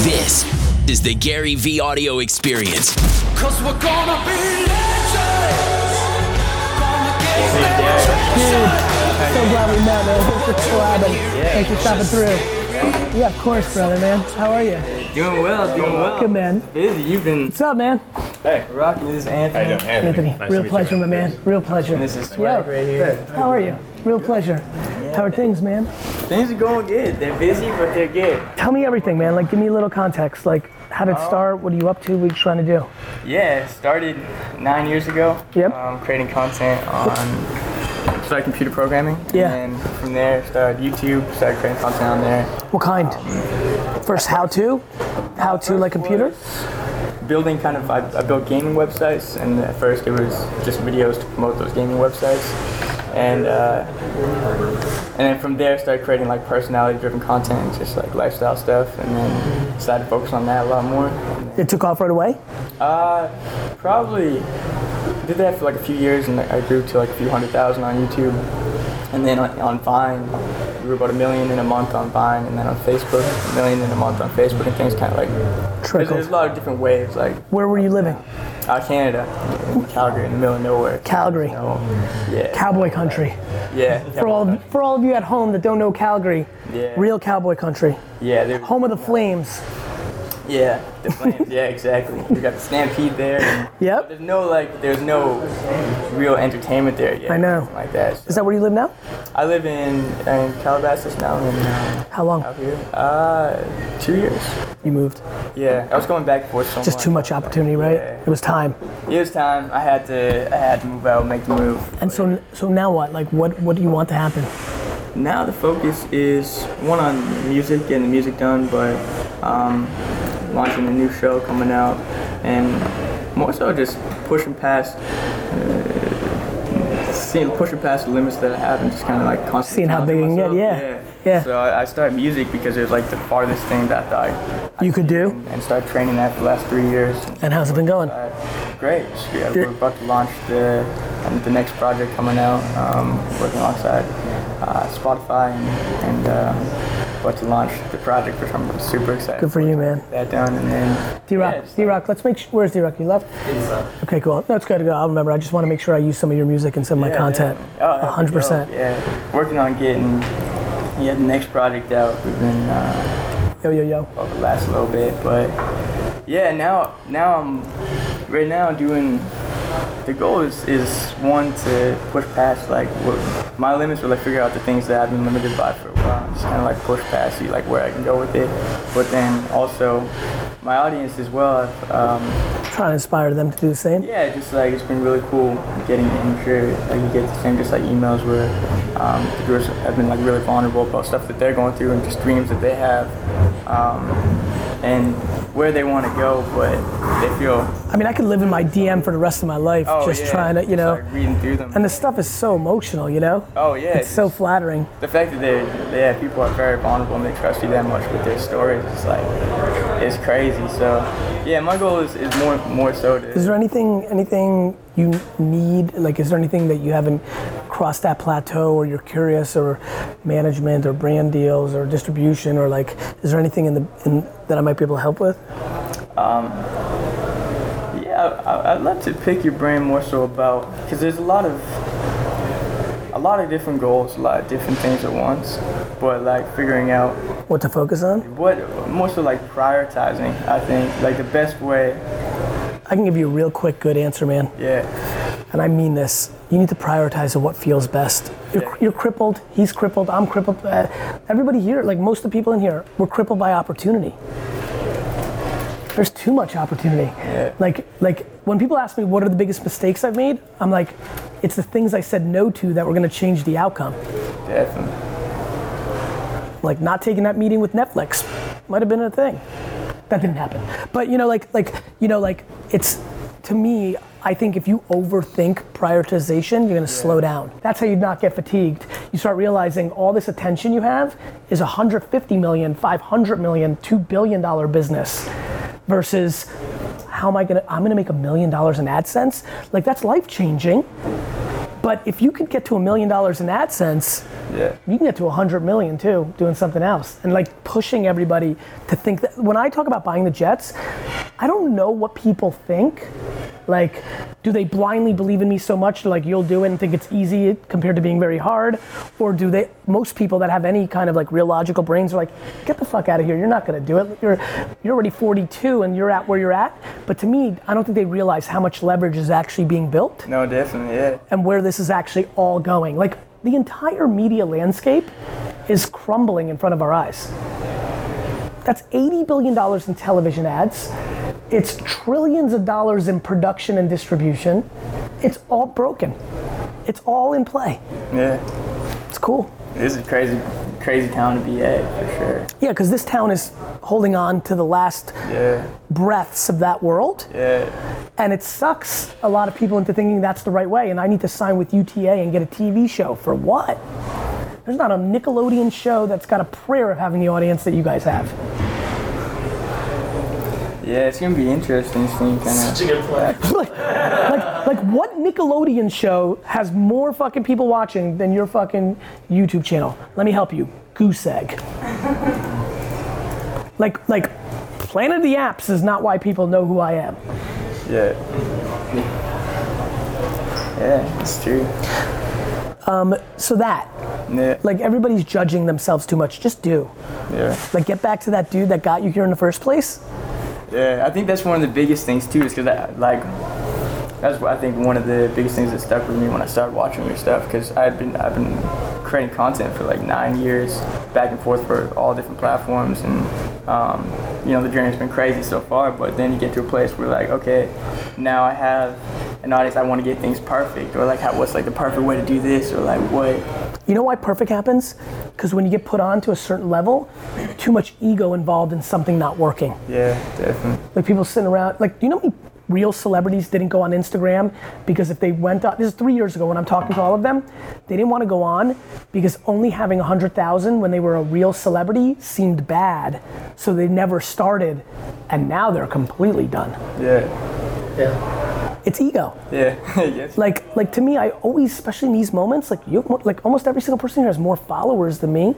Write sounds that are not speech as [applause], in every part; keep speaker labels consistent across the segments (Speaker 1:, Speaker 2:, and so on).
Speaker 1: This is the Gary V audio experience.
Speaker 2: Cause we're gonna be legends. Gonna get that
Speaker 3: So glad we met, uh, man. Thanks for collabing. Thanks for stopping through. Yeah, of course, brother, man. How are you?
Speaker 4: Doing well, doing well.
Speaker 3: Good, man.
Speaker 4: Busy, you've been
Speaker 3: What's up, man?
Speaker 4: rocking this Anthony.
Speaker 3: Anthony, real pleasure, my man. Real pleasure.
Speaker 4: This is
Speaker 3: Yo,
Speaker 4: Swag right here.
Speaker 3: how are you? Real pleasure. How are things, man?
Speaker 4: Things are going good. They're busy, but they're good.
Speaker 3: Tell me everything, man. Like, give me a little context. Like, how did it start? What are you up to? What are you trying to do?
Speaker 4: Yeah, started nine years ago.
Speaker 3: Yep.
Speaker 4: Um, creating content on started computer programming.
Speaker 3: Yeah.
Speaker 4: And then from there, started YouTube. Started creating content on there.
Speaker 3: What kind? First, how to? How to, like, computer?
Speaker 4: Building kind of, I, I built gaming websites, and at first it was just videos to promote those gaming websites. And uh, and then from there, started creating like personality-driven content, just like lifestyle stuff, and then started focusing on that a lot more.
Speaker 3: It took off right away?
Speaker 4: Probably did that for like a few years, and I grew to like a few hundred thousand on YouTube, and then on, on Vine, we were about a million in a month on Vine, and then on Facebook, a million in a month on Facebook, and things kind of like there's, there's a
Speaker 3: Trickled.
Speaker 4: lot of different waves. Like
Speaker 3: Where were you living?
Speaker 4: out Canada, in Calgary, in the middle of nowhere.
Speaker 3: Calgary.
Speaker 4: No, yeah,
Speaker 3: Cowboy country.
Speaker 4: yeah.
Speaker 3: For all, for all of you at home that don't know Calgary,
Speaker 4: Yeah.
Speaker 3: real cowboy country.
Speaker 4: yeah, there-
Speaker 3: Home of the Flames.
Speaker 4: yeah, the flames. yeah, exactly. We got the stampede there. And
Speaker 3: Yep.
Speaker 4: there's no like, there's no real entertainment there yet.
Speaker 3: I know.
Speaker 4: nothing Like that.
Speaker 3: Is that where you live now?
Speaker 4: I live in, in Calabasas now, and uh,
Speaker 3: How long?
Speaker 4: out here, uh, two years.
Speaker 3: You moved.
Speaker 4: Yeah, I was going back and forth so
Speaker 3: Just too much opportunity, right? It was time.
Speaker 4: It was time. I had to. I had to move out, make the move.
Speaker 3: And so, so now what? Like, what, what do you want to happen?
Speaker 4: Now the focus is one on music, getting the music done, but um, launching a new show coming out, and more so just pushing past. Uh, Seeing, pushing past the limits that I have and just kind of like constantly
Speaker 3: Seeing how big it can
Speaker 4: challenging
Speaker 3: get,
Speaker 4: myself.
Speaker 3: yeah.
Speaker 4: yeah.
Speaker 3: Yeah.
Speaker 4: So I, I started music because it was like the farthest thing that I thought
Speaker 3: You could do.
Speaker 4: and, and started training that for the last three years.
Speaker 3: And how's it been going?
Speaker 4: Uh, great. Yeah, we're about to launch the um, the next project coming out. Um, working alongside uh, Spotify and, and uh, about to launch the project, which I'm super excited.
Speaker 3: Good for you, man.
Speaker 4: Get that done and then
Speaker 3: D Rock,
Speaker 4: Yeah, it's uh,
Speaker 3: D Rock. Let's make. Sure, where's D Rock? You left. Okay, cool. That's good to go. I'll remember. I just want to make sure I use some of your music in some of my
Speaker 4: Yeah,
Speaker 3: content.
Speaker 4: yeah. Oh, that'd be
Speaker 3: hundred percent.
Speaker 4: dope. Yeah, working on getting yeah the next project out. We've been uh,
Speaker 3: Yo, yo, yo.
Speaker 4: over the last little bit, but yeah, now now I'm right now doing the goal is, is one to push past like what my limits or like figure out the things that I've been limited by for a while. Just kind of like push past see like where I can go with it. But then also my audience as well. I've, um,
Speaker 3: Trying to inspire them to do the same.
Speaker 4: yeah, just like it's been really cool getting I'm sure like you get the same just like emails where um, the girls have been like really vulnerable about stuff that they're going through and just dreams that they have. Um, and where they want to go, but they feel
Speaker 3: I mean, I could live in my DM for the rest of my life,
Speaker 4: oh,
Speaker 3: just
Speaker 4: yeah,
Speaker 3: trying to, you
Speaker 4: just,
Speaker 3: know.
Speaker 4: like, reading through them.
Speaker 3: and the stuff is so emotional, you know.
Speaker 4: oh yeah,
Speaker 3: It's so flattering.
Speaker 4: the fact that they, yeah, people are very vulnerable and they trust you that much with their stories, it's like, it's crazy. So, yeah, my goal is, is more, more so to.
Speaker 3: Is there anything anything you need? Like, is there anything that you haven't crossed that plateau, or you're curious, or management, or brand deals, or distribution, or like, is there anything in the in, that I might be able to help with?
Speaker 4: Yeah, I, I- I'd love to pick your brain more so about because there's a lot of a lot of different goals, a lot of different things at once, but like figuring out
Speaker 3: What to focus on?
Speaker 4: what more so like prioritizing. I think like the best way.
Speaker 3: I can give you a real quick, good answer, man.
Speaker 4: Yeah,
Speaker 3: And I mean this. You need to prioritize what feels best. You're,
Speaker 4: Yeah.
Speaker 3: you're crippled. He's crippled. I'm crippled. Uh, everybody here, like most of the people in here, we're crippled by opportunity. There's too much opportunity. Like, like when people ask me what are the biggest mistakes I've made, I'm like, it's the things I said no to that were going to change the outcome.
Speaker 4: definitely.
Speaker 3: Like not taking that meeting with Netflix might have been a thing. That didn't happen. But you know, like, like you know, like it's to me. I think if you overthink prioritization, you're gonna slow down. That's how you not get fatigued. You start realizing all this attention you have is 150 million, 500 million, two billion dollar business versus how am I gonna? I'm gonna make a million dollars in AdSense. Like that's life changing But if you could get to a million dollars in AdSense,
Speaker 4: Yeah.
Speaker 3: you can get to 100 million too doing something else and like pushing everybody to think that when i talk about buying the jets i don't know what people think like do they blindly believe in me so much like you'll do it and think it's easy compared to being very hard or do they most people that have any kind of like real logical brains are like get the fuck out of here you're not going to do it you're you're already 42 and you're at where you're at but to me i don't think they realize how much leverage is actually being built
Speaker 4: No, definitely. Yeah.
Speaker 3: and where this is actually all going. Like the entire media landscape is crumbling in front of our eyes. That's $80 billion in television ads. It's trillions of dollars in production and distribution. It's all broken. It's all in play.
Speaker 4: Yeah.
Speaker 3: It's cool.
Speaker 4: This is crazy, crazy town to be at for sure.
Speaker 3: Yeah, because this town is holding on to the last
Speaker 4: Yeah.
Speaker 3: breaths of that world.
Speaker 4: Yeah.
Speaker 3: And it sucks a lot of people into thinking that's the right way. And I need to sign with UTA and get a TV show. For what? There's not a Nickelodeon show that's got a prayer of having the audience that you guys have.
Speaker 4: Yeah. It's gonna be interesting seeing kind of.
Speaker 3: like, like, like, what Nickelodeon show has more fucking people watching than your fucking YouTube channel? Let me help you. Goose Egg. [laughs] like, like, Planet of the Apps is not why people know who I am.
Speaker 4: Yeah. Yeah. It's true.
Speaker 3: So that,
Speaker 4: Yeah.
Speaker 3: like, everybody's judging themselves too much. Just do.
Speaker 4: Yeah.
Speaker 3: Like, get back to that dude that got you here in the first place.
Speaker 4: Yeah, I think that's one of the biggest things too, is because like that's what I think one of the biggest things that stuck with me when I started watching your stuff, because I've been I've been creating content for like nine years, back and forth for all different platforms, and um, you know the journey's been crazy so far. But then you get to a place where like, okay, now I have an audience. I want to get things perfect, or like, how, what's like the perfect way to do this, or like what?
Speaker 3: You know why perfect happens? Because when you get put on to a certain level, too much ego involved in something not working.
Speaker 4: Yeah, definitely.
Speaker 3: Like people sitting around, like, do you know how many real celebrities didn't go on Instagram because if they went on, this is three years ago when I'm talking to all of them, they didn't want to go on because only having 100,000 when they were a real celebrity seemed bad. So they never started and now they're completely done.
Speaker 4: Yeah,
Speaker 3: It's ego.
Speaker 4: yeah, [laughs] yes.
Speaker 3: like like to me i always especially in these moments like you have more, like almost every single person here has more followers than me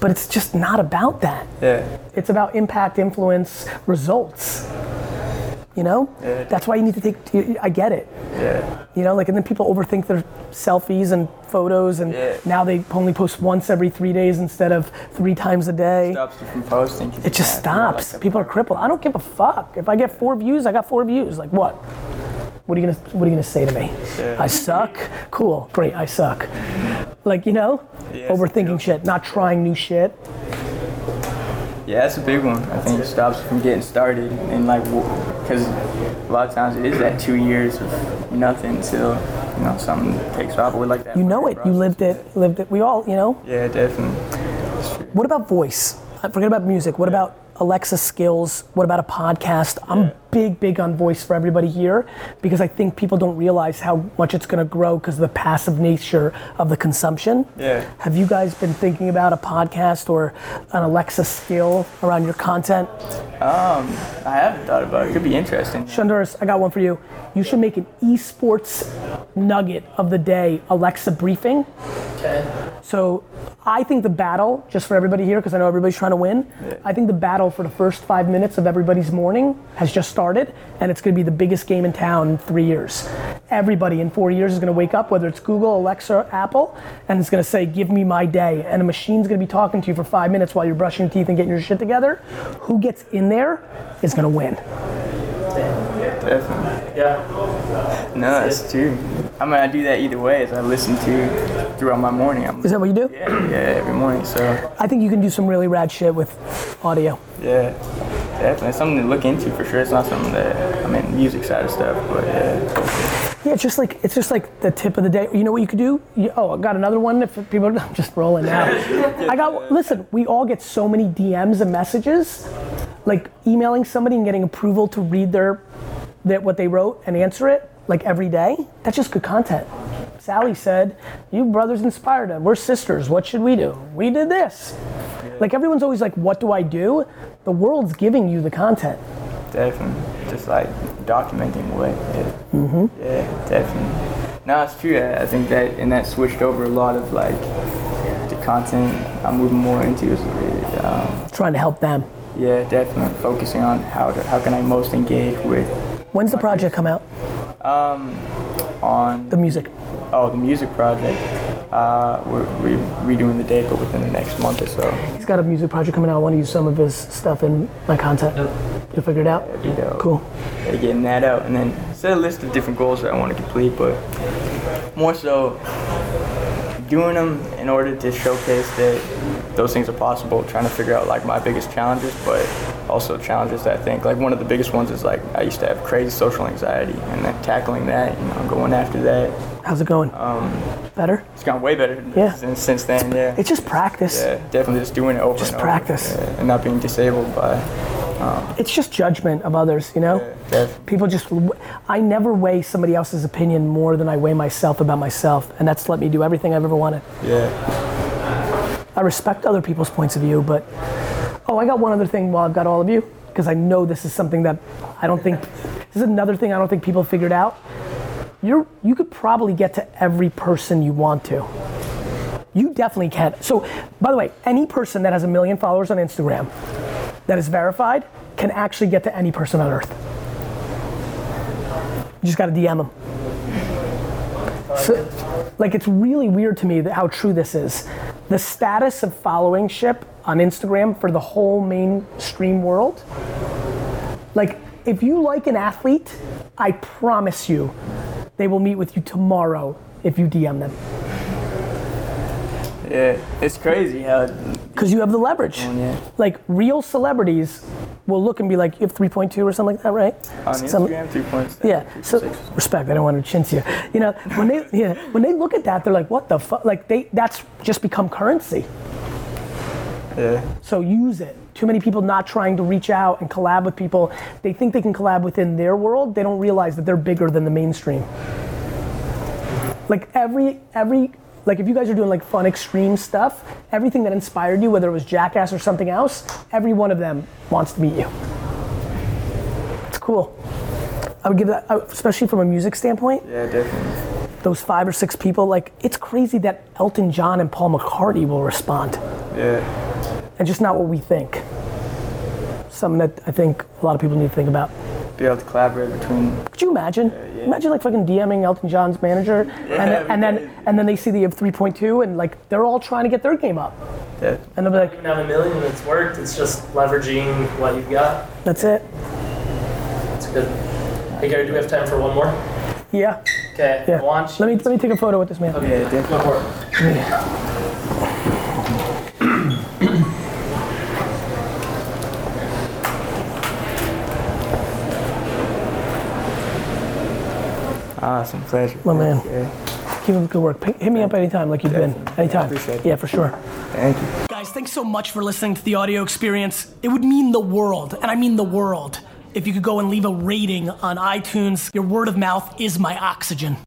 Speaker 3: but it's just not about that
Speaker 4: yeah,
Speaker 3: it's about impact influence results you know that's why you need to take i get it
Speaker 4: yeah,
Speaker 3: you know like and then people overthink their selfies and photos and
Speaker 4: Yeah.
Speaker 3: now they only post once every three days instead of three times a day
Speaker 4: stops you from posting. 'cause
Speaker 3: it just
Speaker 4: you have, you know, like,
Speaker 3: stops
Speaker 4: the-
Speaker 3: people are crippled i don't give a fuck if i get four views i got four views like what what are you gonna what are you gonna say to me i suck cool great i suck like you know overthinking shit not trying new shit
Speaker 4: Yeah, that's a big one. I think it stops you from getting started, and like, because a lot of times it is that two years of nothing until you know something takes off. We like that.
Speaker 3: you know it you lived it lived it we all you know
Speaker 4: Yeah, definitely.
Speaker 3: what about voice Uh, forget about music what about alexa skills what about a podcast i'm big big on voice for everybody here because i think people don't realize how much it's going to grow because of the passive nature of the consumption
Speaker 4: Yeah.
Speaker 3: Have you guys been thinking about a podcast or an Alexa skill around your content?
Speaker 4: I haven't thought about it. It could be interesting.
Speaker 3: Shunduras, I got one for you. You should make an esports nugget of the day Alexa briefing. Okay. So I think the battle, just for everybody here, because I know everybody's trying to win, I think the battle for the first five minutes of everybody's morning has just started, and it's going to be the biggest game in town in three years. Everybody in four years is going to wake up, whether it's Google, Alexa, Apple, and it's going to say, Give me my day. And a machine's going to be talking to you for five minutes while you're brushing your teeth and getting your shit together. Who gets in there is going to win.
Speaker 4: Definitely. Yeah. No, that's true. I mean, I do that either way. As I listen to throughout my morning. I'm
Speaker 3: Is that what you do?
Speaker 4: yeah, yeah, every morning. So
Speaker 3: I think you can do some really rad shit with audio.
Speaker 4: yeah, definitely it's something to look into for sure. It's not something that I mean, music side of stuff, but yeah,
Speaker 3: Yeah, it's just like it's just like the tip of the day. You know what you could do? You, oh, I got another one. If people, [laughs] I'm just rolling now. I got. Listen, we all get so many DMs and messages, like emailing somebody and getting approval to read their, that what they wrote and answer it like every day. That's just good content. Sally said, "You brothers inspired us. We're sisters. What should we do? We did this." Like everyone's always like, "What do I do?" The world's giving you the content.
Speaker 4: definitely. Just like documenting what. Yeah. Yeah, definitely. No, it's true. I I think that and that switched over a lot of like the content I'm moving more into. Is, um,
Speaker 3: Trying to help them.
Speaker 4: yeah, definitely focusing on how to, how can I most engage with
Speaker 3: When's the project come out?
Speaker 4: on
Speaker 3: The music.
Speaker 4: oh the music project. Uh, we're, we're redoing the date, but within the next month or so.
Speaker 3: He's got a music project coming out. I want to use some of his stuff in my content. You'll figure it out.
Speaker 4: be dope.
Speaker 3: Cool.
Speaker 4: at getting that out. And then set a list of different goals that I want to complete, but more so doing them in order to showcase that those things are possible, trying to figure out like my biggest challenges, but also challenges that I think like one of the biggest ones is like I used to have crazy social anxiety and then tackling that, you know, going after that.
Speaker 3: How's it going? Better.
Speaker 4: It's gone way better
Speaker 3: Yeah.
Speaker 4: since, since then, yeah.
Speaker 3: It's just practice.
Speaker 4: yeah, definitely just doing it over
Speaker 3: Just
Speaker 4: and over,
Speaker 3: practice.
Speaker 4: yeah, and not being disabled by
Speaker 3: It's just judgment of others. You know.
Speaker 4: that.
Speaker 3: people just i never weigh somebody else's opinion more than i weigh myself about myself and that's let me do everything i've ever wanted
Speaker 4: Yeah,
Speaker 3: i respect other people's points of view but oh i got one other thing while i've got all of you because i know this is something that i don't think this is another thing i don't think people figured out you're you could probably get to every person you want to you definitely can so by the way any person that has a million followers on instagram that is verified can actually get to any person on earth You just gotta DM them. So, like, it's really weird to me that how true this is. The status of following ship on Instagram for the whole mainstream world. Like, if you like an athlete, I promise you they will meet with you tomorrow if you DM them.
Speaker 4: yeah, it's crazy how
Speaker 3: Because you have the leverage.
Speaker 4: yeah.
Speaker 3: Like, real celebrities will look and be like, you have 3.2 or something like that, right?
Speaker 4: on
Speaker 3: Some-
Speaker 4: Instagram, three points.
Speaker 3: Yeah. So respect. I don't want to chintz you. You know, when they [laughs] yeah, when they look at that, they're like, "What the fuck?" Like they that's just become currency.
Speaker 4: yeah.
Speaker 3: So use it. Too many people not trying to reach out and collab with people. They think they can collab within their world. They don't realize that they're bigger than the mainstream. Like every every like if you guys are doing like fun extreme stuff, everything that inspired you, whether it was Jackass or something else, every one of them wants to meet you. It's cool. I would give that, I- especially from a music standpoint
Speaker 4: Yeah, definitely.
Speaker 3: those five or six people, like it's crazy that Elton John and Paul McCartney will respond,
Speaker 4: Yeah,
Speaker 3: and just not what we think. Something that I think a lot of people need to think about.
Speaker 4: be able to collaborate between.
Speaker 3: Could you imagine? Imagine like fucking DMing Elton John's manager, and, and then and then they see that you have 3.2, and like they're all trying to get their game up,
Speaker 4: Yeah,
Speaker 3: and they'll be like,
Speaker 5: even have a million and it's worked. It's just leveraging what you've got.
Speaker 3: "That's it,
Speaker 5: It's good. Hey Gary, do we have time for one more?
Speaker 3: yeah,
Speaker 5: Okay.
Speaker 3: yeah."
Speaker 5: Launch.
Speaker 3: Let me let me take a photo with this man.
Speaker 5: Okay.
Speaker 4: Yeah, definitely.
Speaker 5: Go for it.
Speaker 4: awesome, pleasure.
Speaker 3: My man.
Speaker 4: Yeah,
Speaker 3: Keep up the good work. Pick- Hit me up anytime, like you've been. Anytime.
Speaker 4: Appreciate it.
Speaker 3: Yeah, for sure.
Speaker 4: thank you.
Speaker 3: Guys, thanks so much for listening to the audio experience. It would mean the world, and I mean the world, if you could go and leave a rating on iTunes. Your word of mouth is my oxygen.